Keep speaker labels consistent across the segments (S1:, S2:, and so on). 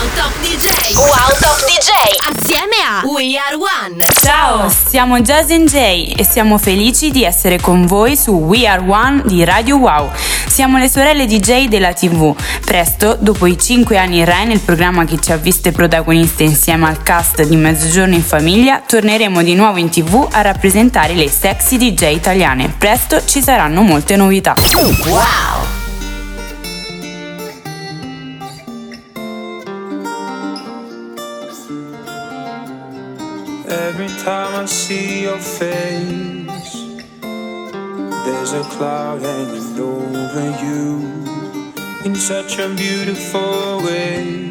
S1: DJ. Wow Top DJ.
S2: Assieme a
S1: We are one.
S3: Ciao, siamo Jazz and Jay e siamo felici di essere con voi su We Are One di Radio Wow. Siamo le sorelle DJ della TV. Presto, dopo i 5 anni in Rai nel programma che ci ha viste protagoniste insieme al cast di Mezzogiorno in Famiglia, torneremo di nuovo in TV a rappresentare le sexy DJ italiane. Presto ci saranno molte novità.
S1: Wow.
S4: Every time I see your face, there's a cloud hanging over you in such a beautiful way.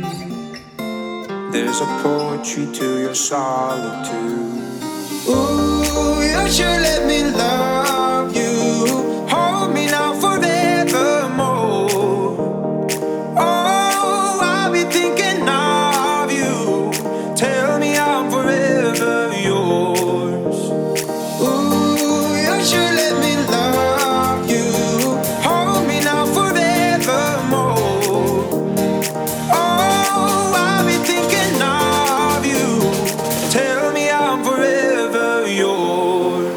S4: There's a poetry to your solitude. Ooh, you should let me love you. Hold me now forevermore. Oh, I'll be thinking of you. Tell me I'm forever yours. Ooh, you should let me love you. Hold me now forevermore. Oh, I'll be thinking of you. Tell me I'm forever yours.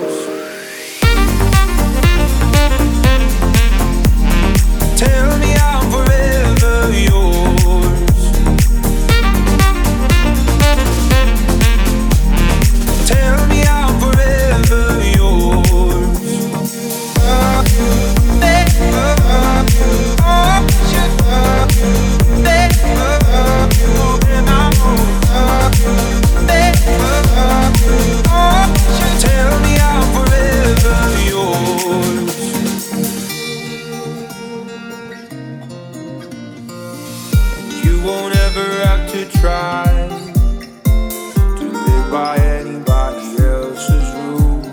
S4: Tell me I'm forever yours. Tell me I'm forever yours. Tell me I'm forever yours. You won't ever have to try to live by anybody else's rules.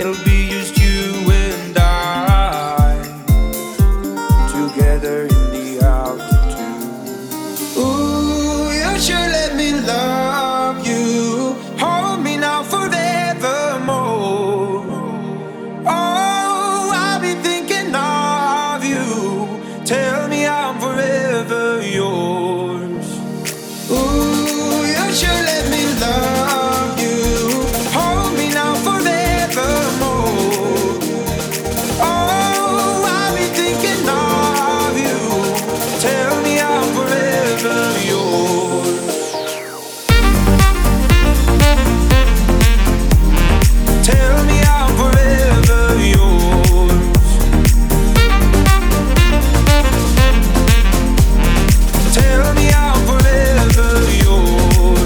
S4: It'll be just you and I together in the altitude. Ooh, you should let me love you. Hold me now forevermore. Oh, I'll be thinking of you. Tell me I'm forever yours. Ooh, you should let me love you. Hold me now forevermore. Oh, I'll be thinking of you. Tell me I'm forever yours. Tell me I'm forever yours. Tell me I'm forever yours.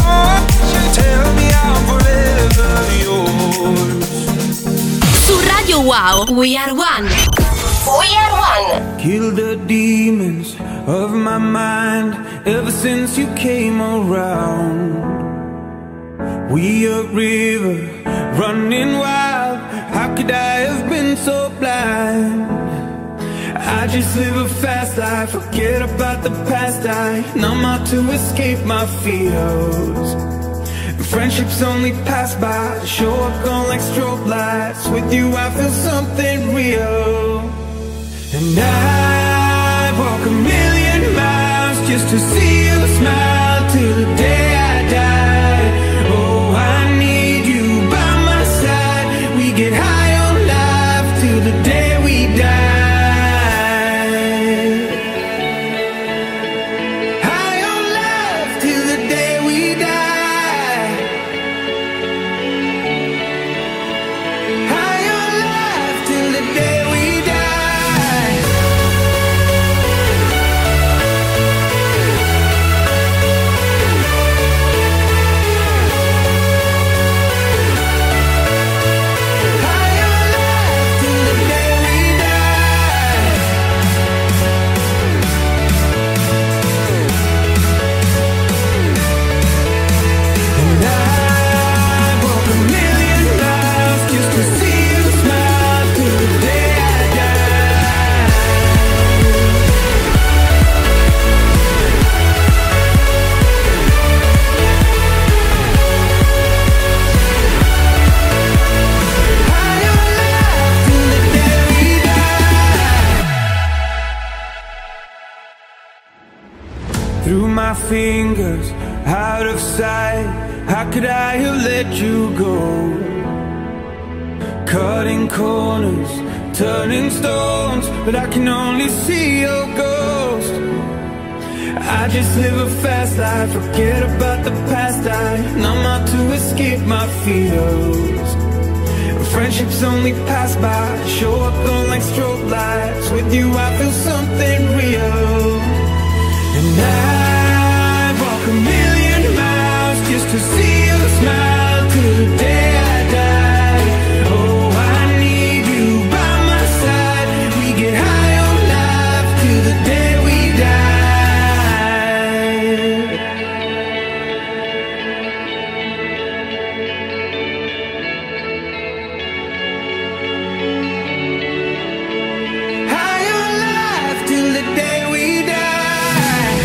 S4: Tell me I'm forever yours.
S2: su Radio Wow.
S1: We are one. We are one.
S4: Kill the demons of my mind ever since you came around. We a river running wild. How could I have been so blind? I just live a fast life, forget about the past. I numb out to escape my fears. Friendships only pass by, show up gone like strobe lights. With you, I feel something real. And I'd walk a million miles just to see you smile till the day I die. Oh, I need you by my side. We get high on life till the day we die. High on life till the day we die. High on life till the day we die. fingers out of sight. How could I have let you go? Cutting corners, turning stones, but I can only see your ghost. I just live a fast life, forget about the past. I numb out to escape my fears. Friendships only pass by, show up on like strobe lights. With you, I feel something real. And I'd walk a million miles just to see you smile till the day I die. Oh, I need you by my side. We get high on life till the day we die. High on life till the day we die.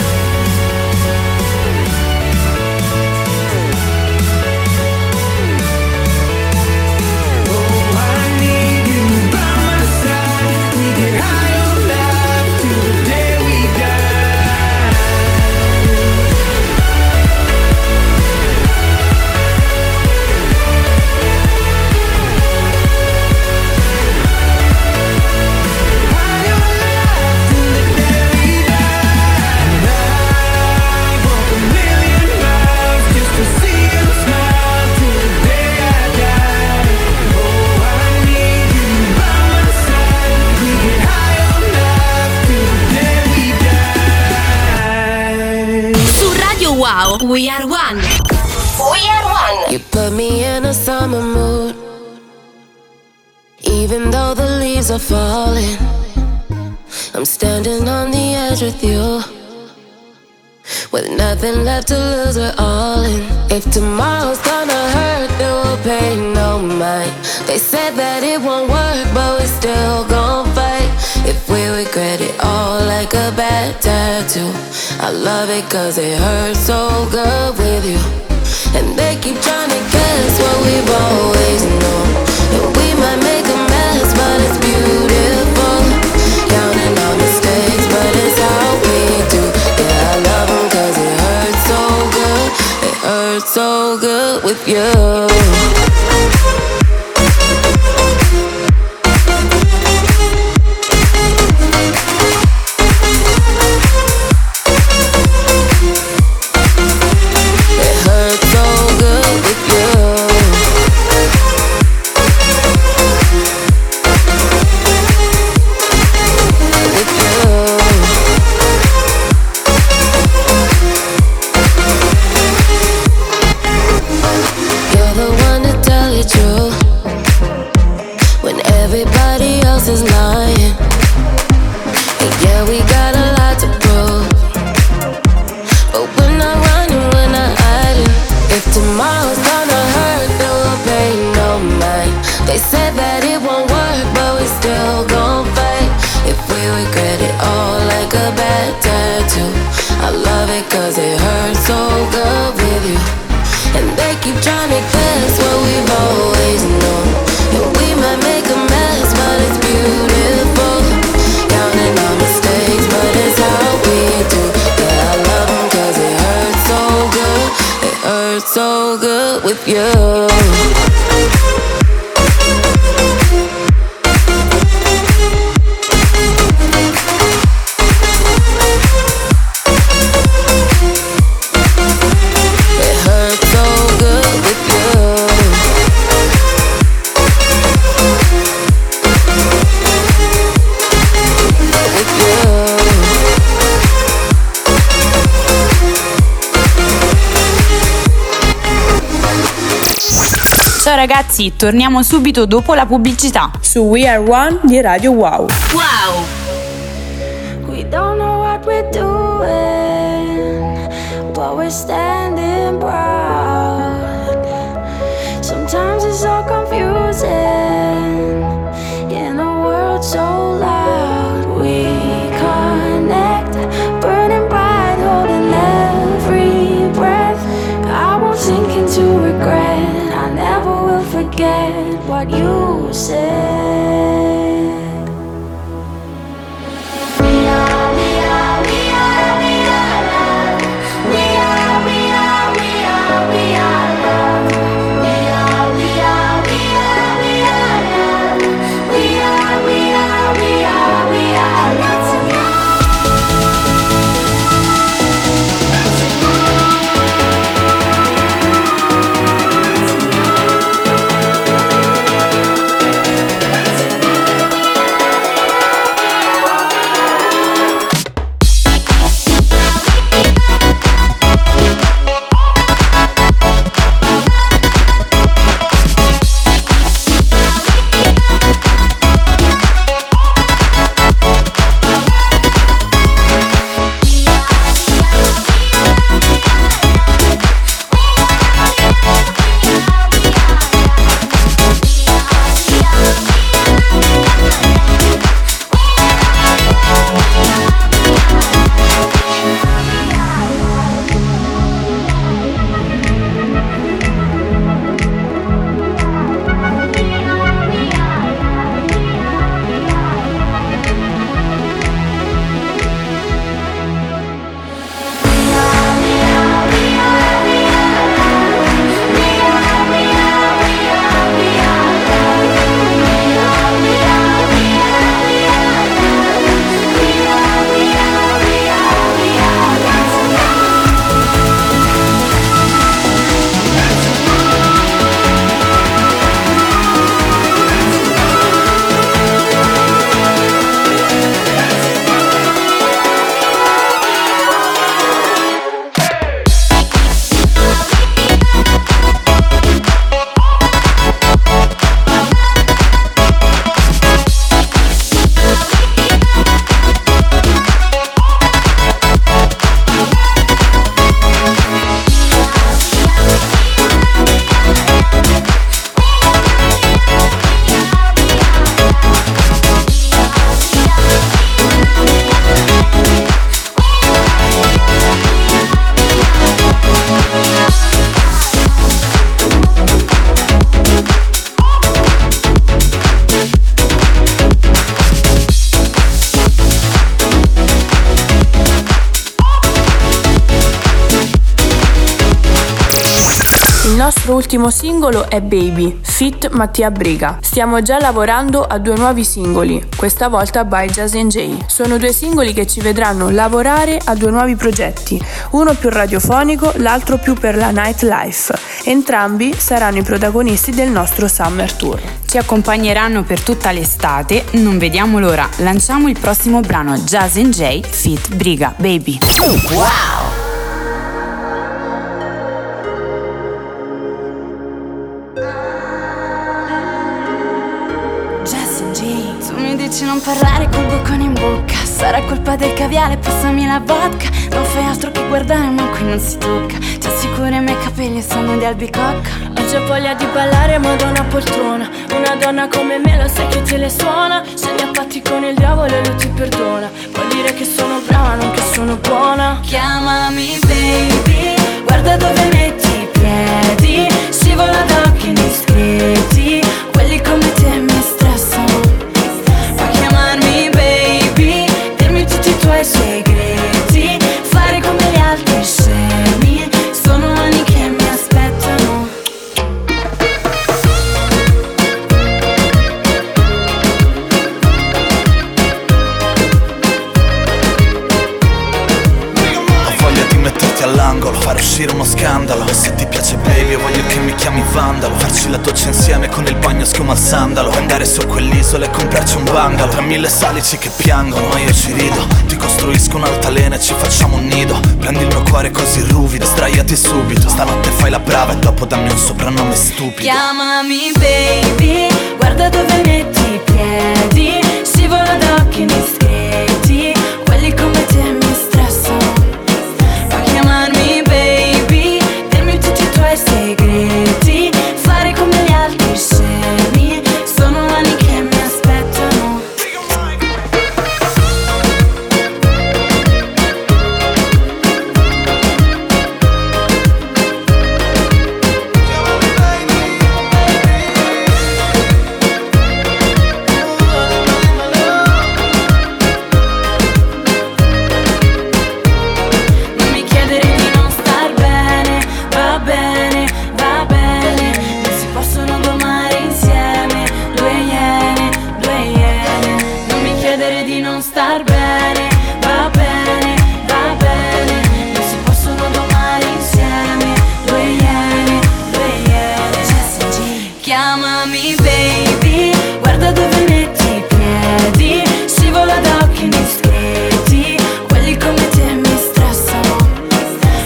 S4: Oh, I need you by my side. We get high on life till the day we die. High on life till the day we die. And I walk a million miles just to see you smile till the day I die. Oh, I need you by my side. We get high on life till the day we die.
S2: Su Radio Wow.
S1: We are one. We are one.
S5: You put me in a summer mood. Even though the leaves are falling, I'm standing on the edge with you. With nothing left to lose, we're all in. If tomorrow's gonna hurt, then we'll pay no mind. They said that it won't work, but we're still gon' fight. If we regret it all like a bad tattoo, I love it cause it hurts so good with you. And they keep trying to guess what we've always known. And we might make a mess, but it's beautiful. Counting our mistakes, but it's how we do. Yeah, I love 'em 'cause it hurts so good. It hurts so good with you. It hurts so good with you. With you. You're the one to tell it true when everybody else is lying. And yeah, we got a lot to prove. But when I run and when I hide If tomorrow's gonna hurt, then we'll pay no mind They said that it won't work, but we still gon' fight If we regret it all like a bad tattoo I love it cause it hurts so good with you And they keep trying to guess what we've always known And we might make a mess, but it's beautiful Counting our mistakes, but it's how we do Yeah, I love 'em 'cause it hurts so good It hurts so good with you It hurts so good with you. With you.
S3: Ciao ragazzi, torniamo subito dopo la pubblicità su We Are One di Radio Wow.
S2: Wow.
S6: We don't know what we're doing, but we're standing proud. Sometimes it's all confusing in a world so loud. We connect, burning bright, holding every breath. I won't sink into regret. I never will forget what you said. We are, we are, we are, we are love. We
S7: Il nostro ultimo singolo è Baby, fit Mattia Briga. Stiamo già lavorando a due nuovi singoli, questa volta by Jason J. Sono due singoli che ci vedranno lavorare a due nuovi progetti, uno più radiofonico, l'altro più per la nightlife. Entrambi saranno i protagonisti del nostro Summer Tour.
S3: Ci accompagneranno per tutta l'estate, non vediamo l'ora. Lanciamo il prossimo brano Jason J fit Briga Baby.
S1: Wow!
S8: dici non parlare con boccone in bocca Sarà colpa del caviale, passami la vodka Non fai altro che guardare ma qui non si tocca Ti assicuro i miei capelli sono di albicocca
S9: Oggi ho voglia di ballare madonna poltrona Una donna come me lo sai che te le suona Scendi a patti con il diavolo e lui ti perdona Vuol dire che sono brava, non che sono buona
S8: Chiamami baby, guarda dove metti i piedi Scivola d'occhi indiscreti, quelli come te mi stressano chiamarmi baby Dirmi tutti i tuoi segreti Fare come gli altri scemi Sono anni che mi aspettano
S10: Ho voglia di metterti all'angolo Fare uscire uno scandalo E se ti piace baby io voglio che mi chiami vandalo Farci la doccia insieme con il bagno schiuma al sandalo Andare su quell'isola e comprarci un bungalow Tra mille salici che piangono ma io ci rido Ti costruisco un'altalena e ci facciamo un nido Prendi il mio cuore così ruvido Sdraiati subito Stanotte fai la brava e dopo dammi un soprannome stupido
S8: Chiamami baby Guarda dove metti i piedi Scivola d'occhi discreti Quelli come te mi stressano Fa chiamarmi baby Dimmi tutti i tuoi segreti Fare come gli altri scemi Sono anni che mi aspettano Non mi chiedere di non star bene Va bene, va bene Non si possono domare insieme Due iene, due iene Non mi chiedere di non star bene Va bene, va bene Non si possono domare insieme Due iene, due iene Chiamami baby Guarda dove metti i piedi Scivola d'occhi discreti Quelli come te mi stressano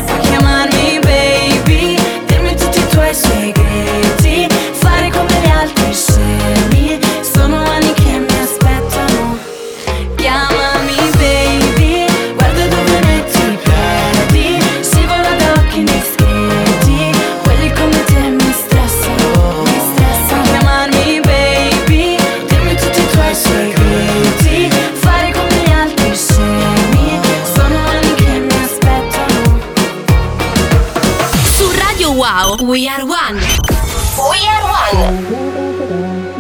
S8: Fa chiamarmi baby Dimmi tutti i tuoi segreti Fare come gli altri scemi Sono anni che mi aspettano Chiamami baby Guarda dove metti i piedi Scivola d'occhi discreti Quelli come te mi stressano Mi stressano Chiamarmi baby Dimmi tutti i tuoi segreti Fare come gli altri scemi Sono anni che mi aspettano
S2: Su Radio Wow, We Are One.
S1: We are one.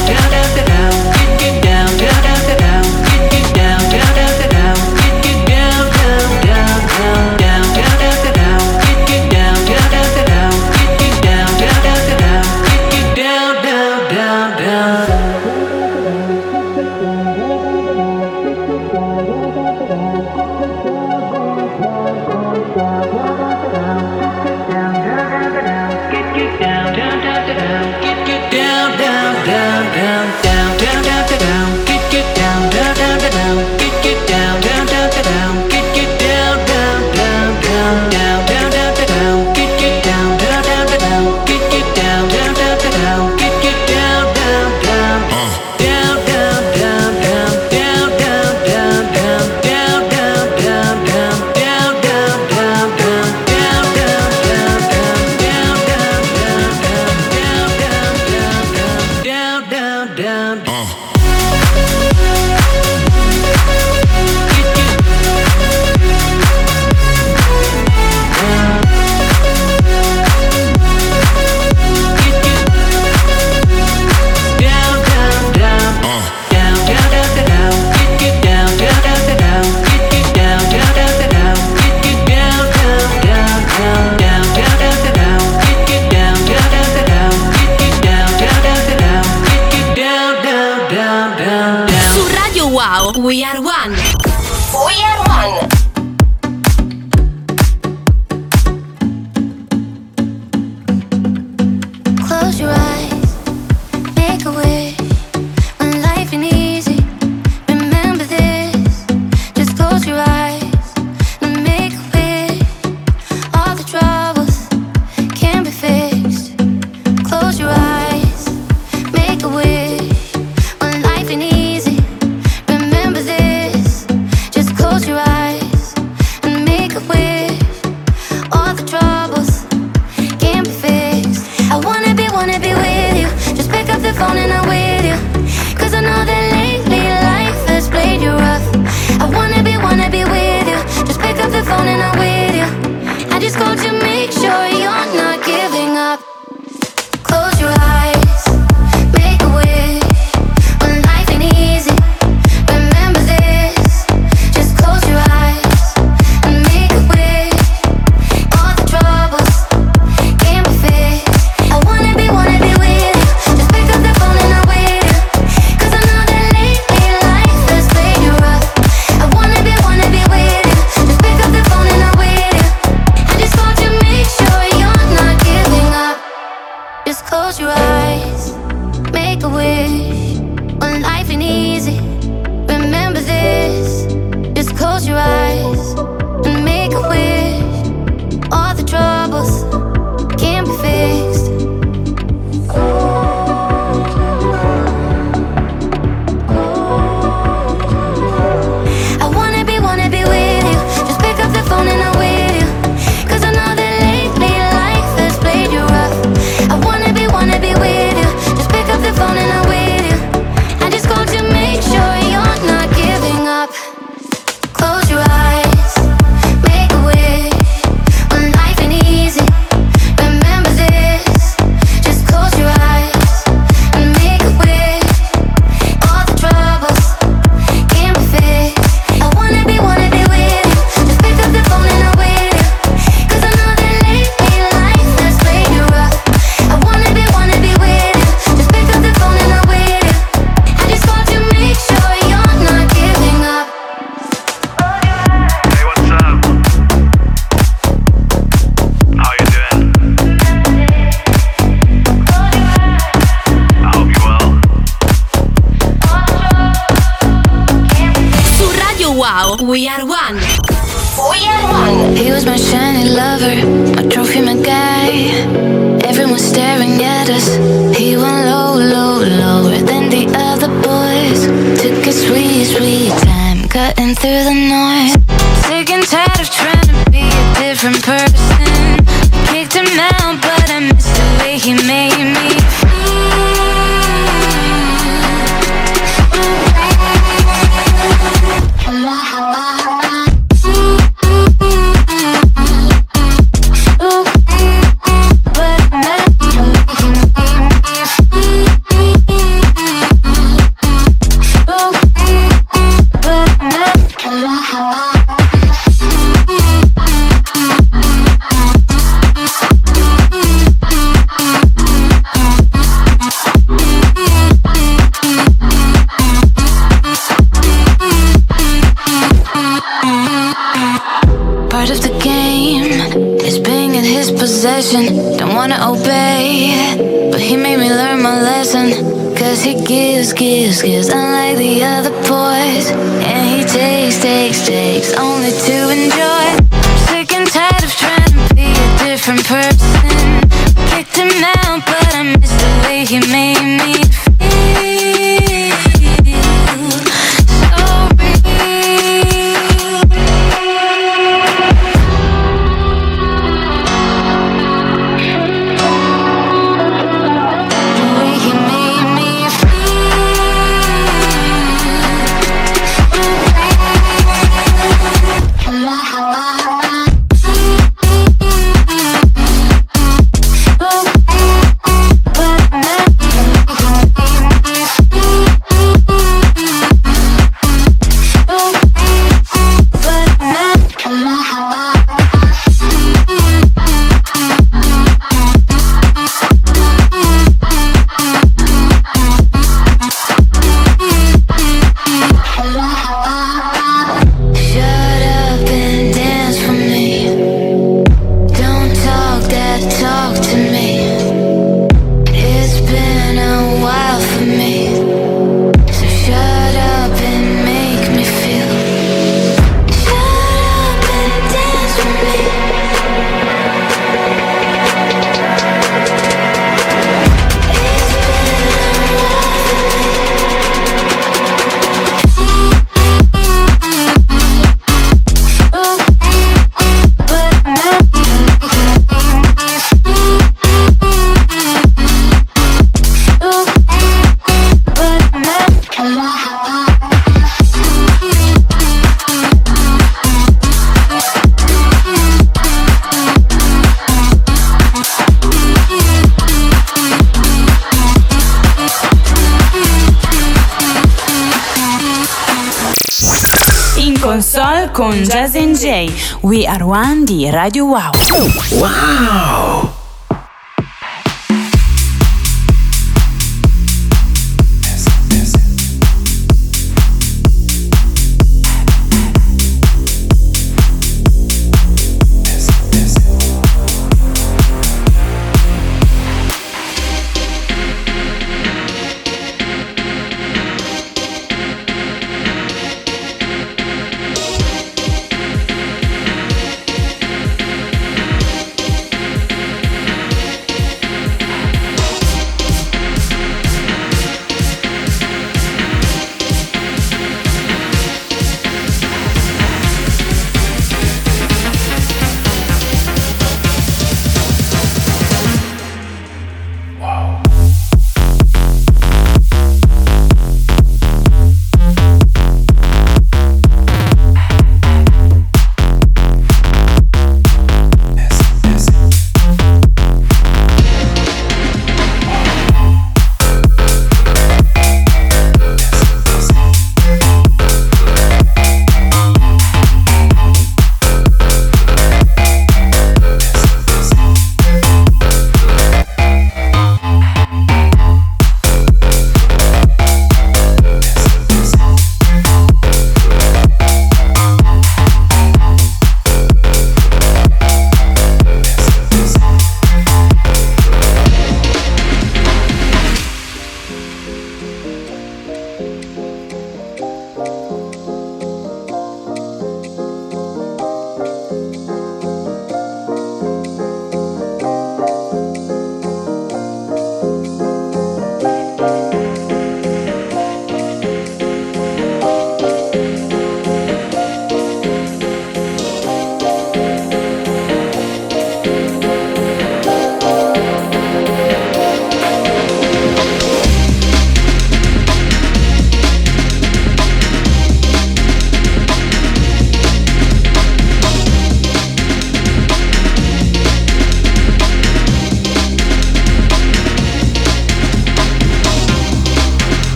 S8: Down, down, down, down, down, down.
S2: We are one.
S1: We are one.
S11: Close your eyes, make a wish. When life ain't easy, remember this. Just close your eyes and make a wish. All the troubles can be fixed. Close your eyes, make a wish. When life ain't easy, remember this. Just close your eyes and make a wish. All the troubles can't be fixed. I wanna be, wanna be with you. Just pick up the phone and I'm with you. Cause I know that lately life has played you rough. I wanna be, wanna be with you. Just pick up the phone and I'm with you. I just called to make sure you're not giving up. Close your eyes, make a wish. When life ain't easy, remember this. Just close your eyes and make a wish. All the troubles can't be fixed. I wanna be, wanna be with you. Just pick up the phone and I'm with you. 'Cause I know that lately life has played you rough. I wanna be, wanna be with you. Just pick up the phone and I'm with you. I just called to make sure you're not giving up. Just close your eyes, make a wish. When life ain't easy, remember this. Just close your eyes and make a wish. All the troubles can be fixed. I wanna be, wanna be with you. Just pick up the phone and I'm with you. 'Cause I know that lately life has played you rough. I wanna be, wanna be with you. Just pick up the phone and I'm with you. I just called to make sure you're not giving up. Close your eyes, make a wish. When life ain't easy, remember this. Just close your eyes and make a wish. All the troubles can be fixed. I wanna be, wanna be with you. Just pick up the phone and I'm with you. 'Cause I know that lately life has played you rough. I wanna be, wanna be with you. Just pick up the phone and I'm with you. I just called to make sure you're not giving up.
S2: Su Radio Wow, we are one.
S1: We are one.
S11: He was my shiny lover, my trophy, my guy. Everyone's staring at us. He went low, low, lower than the other boys. Took a sweet, sweet time, cutting through the noise. Sick and tired of trying to be a different person. Kicked him out, but I miss the way he made me. Part of the game is being in his possession. Don't wanna obey, but he made me learn my lesson. Cause he gives, gives, gives, unlike the other boys. And he takes, takes, takes, only to enjoy. Sick and tired of trying to be a different person. Kicked him out, but I miss the way he made me feel. So
S12: Oh,
S11: real.
S3: con Jazz and Jay. We are one di Radio Wow.
S13: Wow!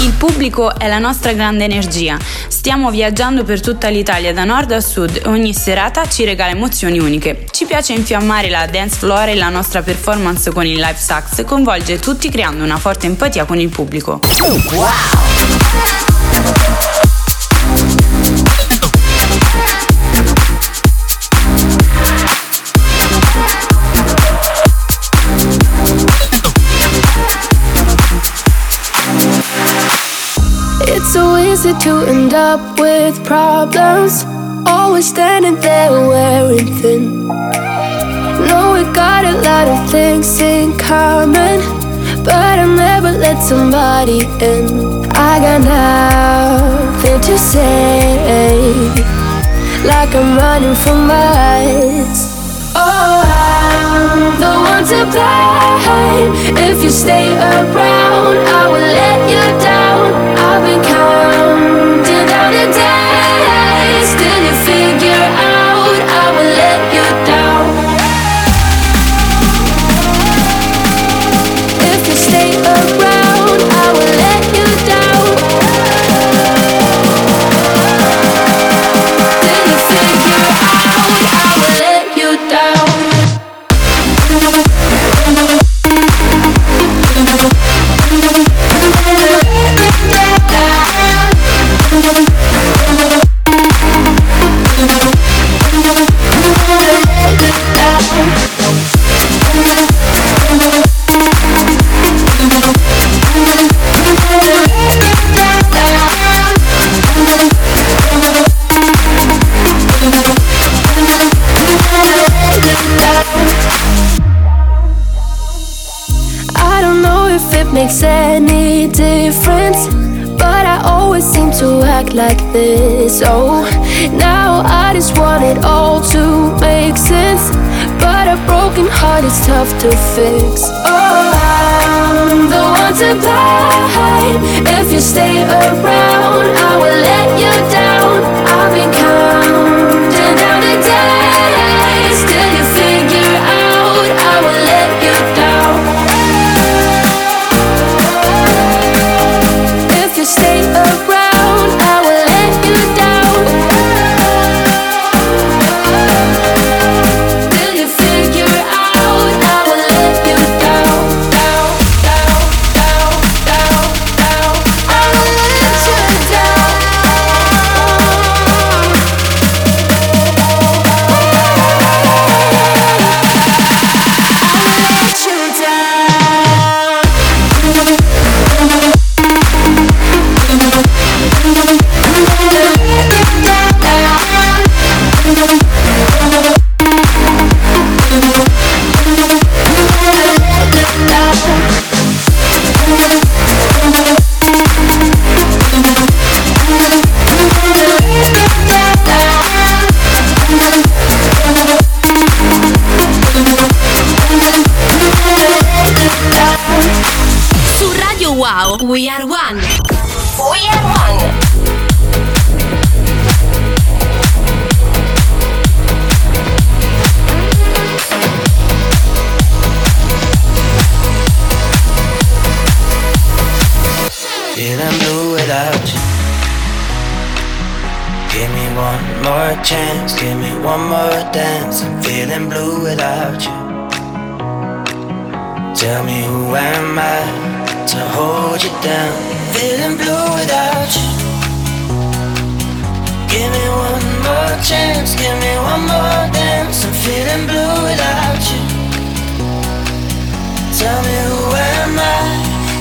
S3: Il pubblico è la nostra grande energia. Stiamo viaggiando per tutta l'Italia da nord a sud e ogni serata ci regala emozioni uniche. Ci piace infiammare la dance floor e la nostra performance con il live sax coinvolge tutti creando una forte empatia con il pubblico.
S14: It's so easy to end up with problems. Always standing there wearing thin. No, we got a lot of things in common, but I'll never let somebody in. I got nothing to say, like I'm running from miles. Oh, I'm the one to blame. If you stay around, I will let you down. I've been counting down the days till you figure out I will let you down. If you stay around, I will let you down. Till you figure out I will let you down. Let you down. it makes any difference. But I always seem to act like this. Oh, now I just want it all to make sense. But a broken heart is tough to fix. Oh, I'm the one to blame. If you stay around, I will let you down. I've been counting down the days till you figure out I will let you down. If you stay around, I will let you down. Till you figure out, I will let you down, down, down, down, down, down. I will let you down.
S12: Su Radio Wow, We Are One.
S1: We are one.
S15: And I'm blue without you. Give me one more chance, give me one more dance. I'm feeling blue without you. Tell me who am I to hold you down? Feeling blue without you. Give me one more chance, give me one more dance. I'm feeling blue without you. Tell me who am I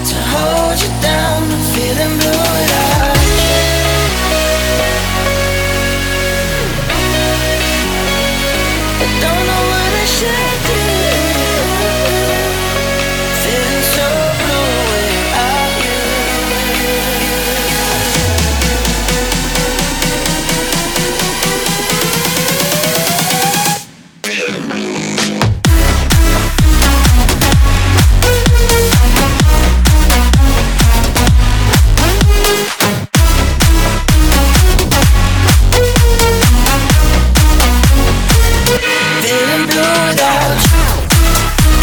S15: to hold you down? I'm feeling blue without you. I don't know what I should do. Feeling so blue without you. Feeling blue without you.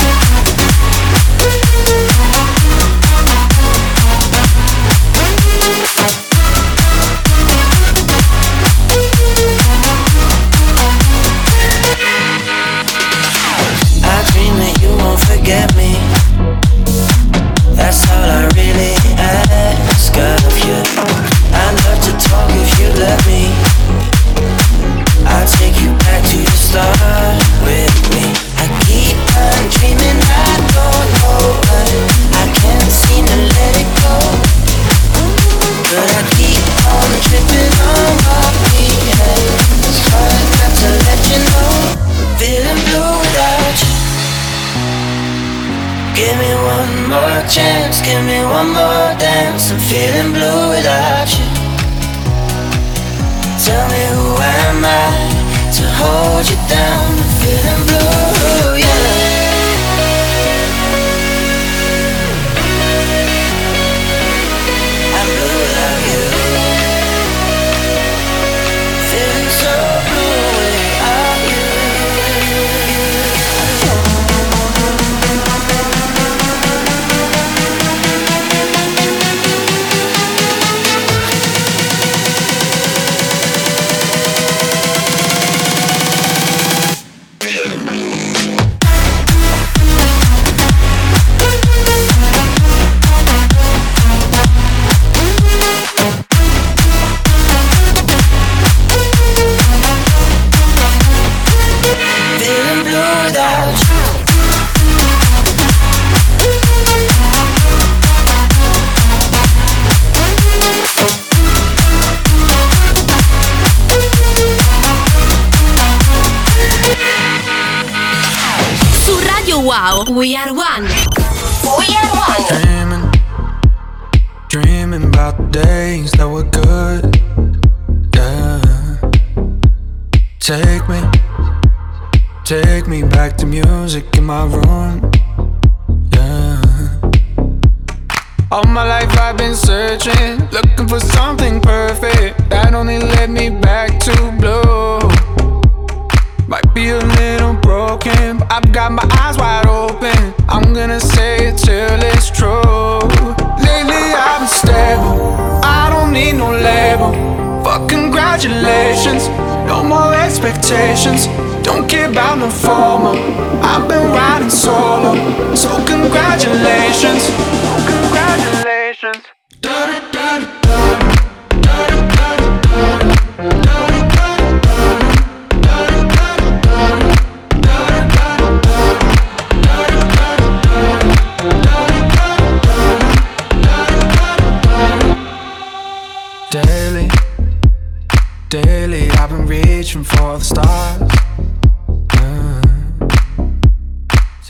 S15: I dream that you won't forget me. That's all I really ask of you. I'd love to talk if you let me. I'll take you back to the start with me. I keep on dreaming, I don't know why. I can't seem to let it go. But I keep on tripping on my feet. Hey, it's hard not to let you know. Feeling blue without you. Give me one more chance, give me one more dance. I'm feeling blue without you. Tell me who am I to hold you down? I'm feeling blue, yeah. I'm blue without you. Feeling so blue without you. Feeling blue without you.
S12: Su Radio Wow, We Are One.
S1: We are one.
S16: Damn
S17: about days that were good. Yeah. Take me, take me back to music in my room. Yeah. All my life I've been searching, looking for something perfect that only led me back to blue. Might be a little broken, but I've got my eyes wide open. I'm gonna say it till it's true. Lately I've been stable, I don't need no label. Fuck congratulations, no more expectations. Don't care about no formal. I've been riding solo, so congratulations. So congratulations. Daily, daily, I've been reaching for the stars. Yeah.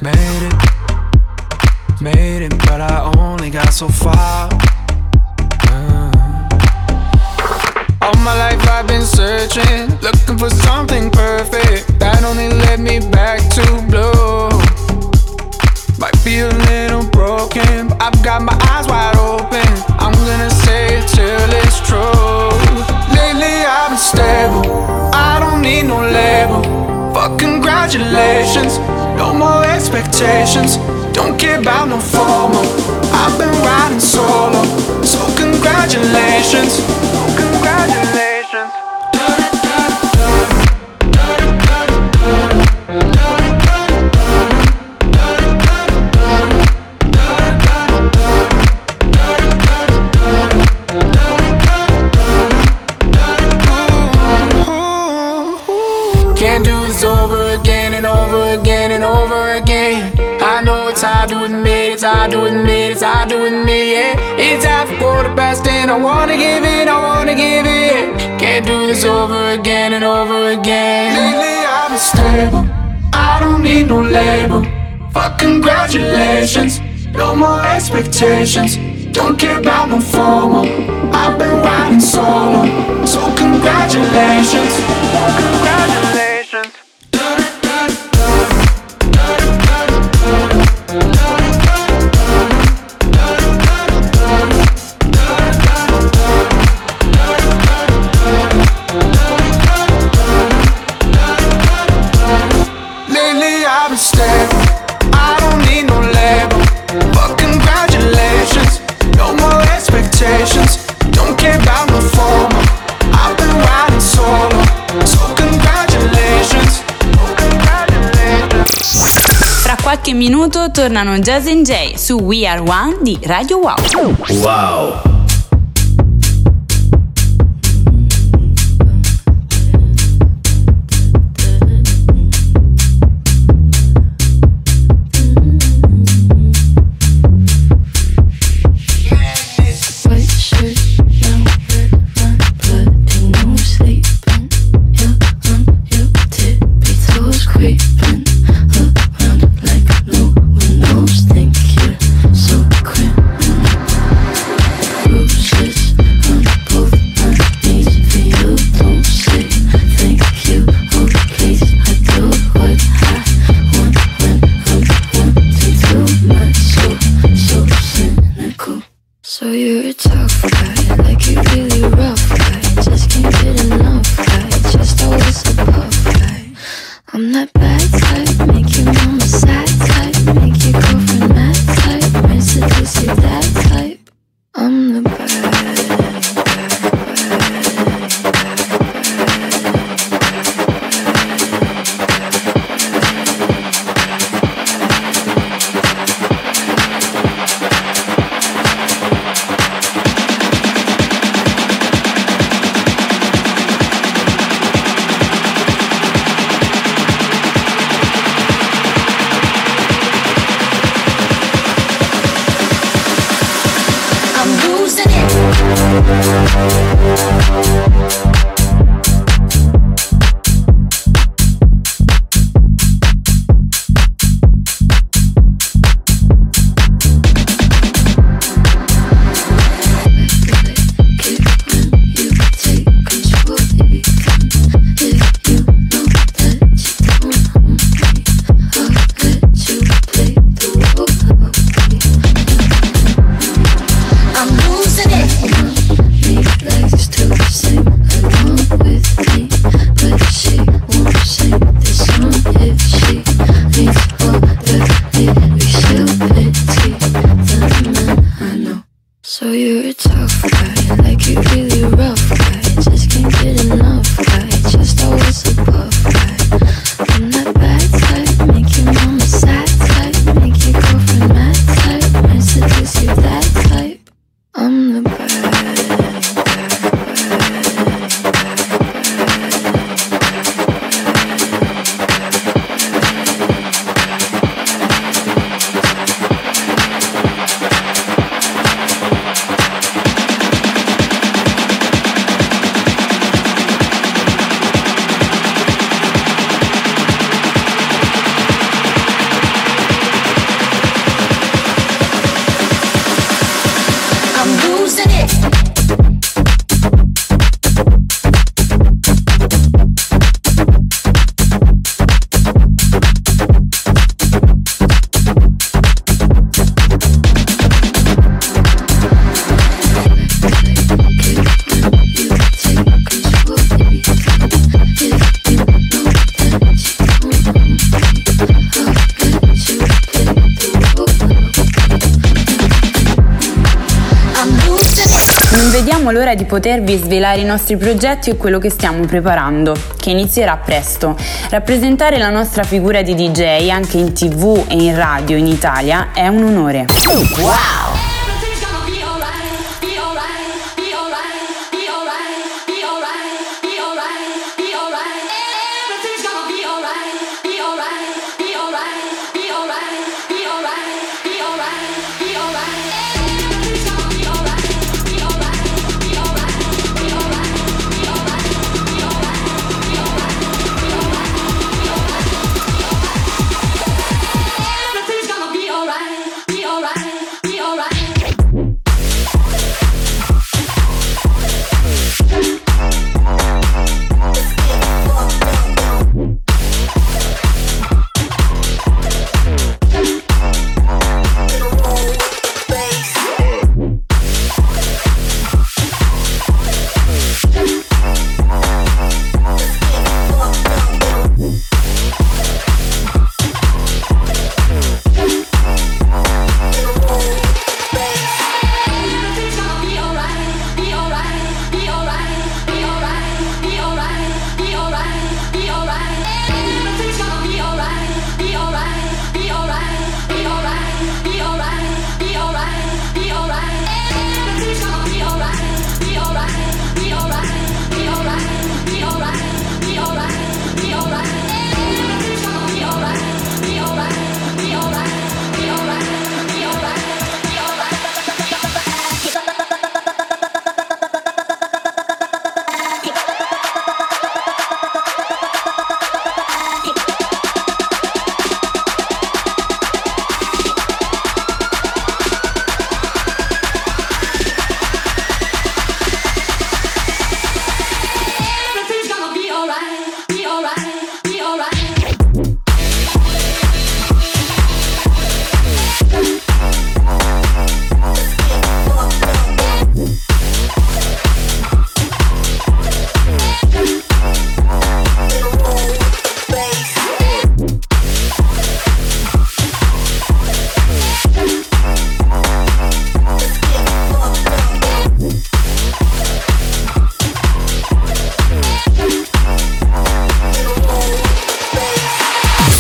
S17: Made it, made it, but I only got so far. Yeah. All my life I've been searching, looking for something perfect that only led me back to blue. Might be a little broken, but I've got my eyes wide open. I'm gonna say it till it's true. Lately I've been stable, I don't need no label. Fuck congratulations, no more expectations. Don't care about no formal. I've been riding solo, so congratulations, congratulations. Can't do this over again and over again and over again. I know it's hard to admit, it's hard to admit, it's hard to admit, yeah. It's half a quarter past ten, I wanna give it, I wanna give it. Can't do this over again and over again. Lately I've been stable, I don't need no label. Fuck congratulations, no more expectations. Don't care about no formal. I've been riding solo, so congratulations, congratulations. Lately I've been stable. I don't need no label. But congratulations, no more expectations. Don't care about no formal. I've been riding solo. So congratulations, oh congratulations.
S3: Fra qualche minuto tornano Jazz and Jay su We Are One di Radio Wow.
S13: Wow.
S12: um, So you're a tough guy, like you really rough guy. Just can't get enough guy, just always above guy. I'm that bad type, make your mama sad type, make your girlfriend mad type, miss it, this, you that type. I'm the
S1: I'm losing it.
S3: vediamo l'ora di potervi svelare i nostri progetti e quello che stiamo preparando, che inizierà presto. Rappresentare la nostra figura di DJ anche in tv e in radio in Italia è un onore.
S2: Wow!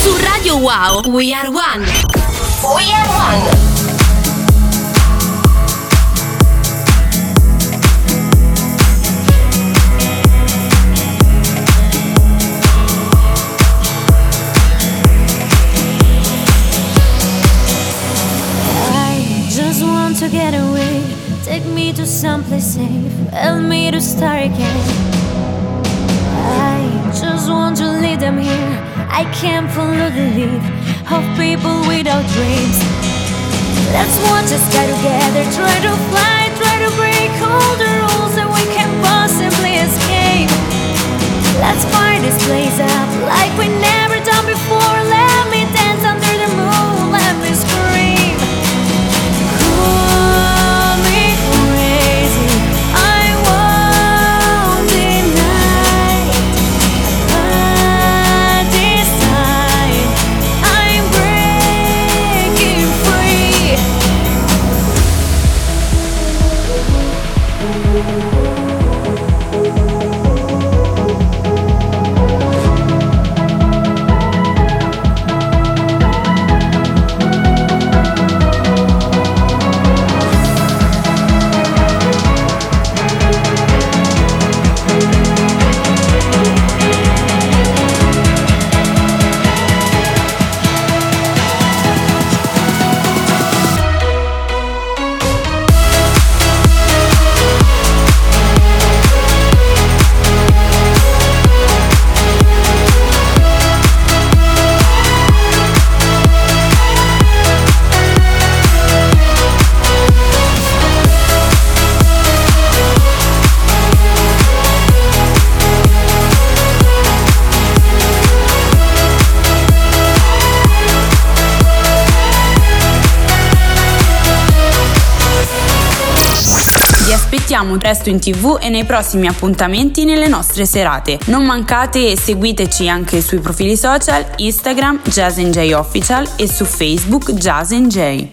S2: Su Radio Wow We Are One. We Are One.
S18: I just want to get away. Take me to someplace safe. Help me to start again. I just want to lead them here. I can't follow the lead of people without dreams. Let's watch us fly together. Try to fly, try to break all the rules that we can possibly escape. Let's fire this place up like we never done before. Let me dance under the moon. Let me scream. Call me crazy. I won't deny. But this time, I'm breaking free.
S3: Vi aspettiamo presto in tv e nei prossimi appuntamenti nelle nostre serate. Non mancate e seguiteci anche sui profili social Instagram Jazz J Official e su Facebook Jazz J.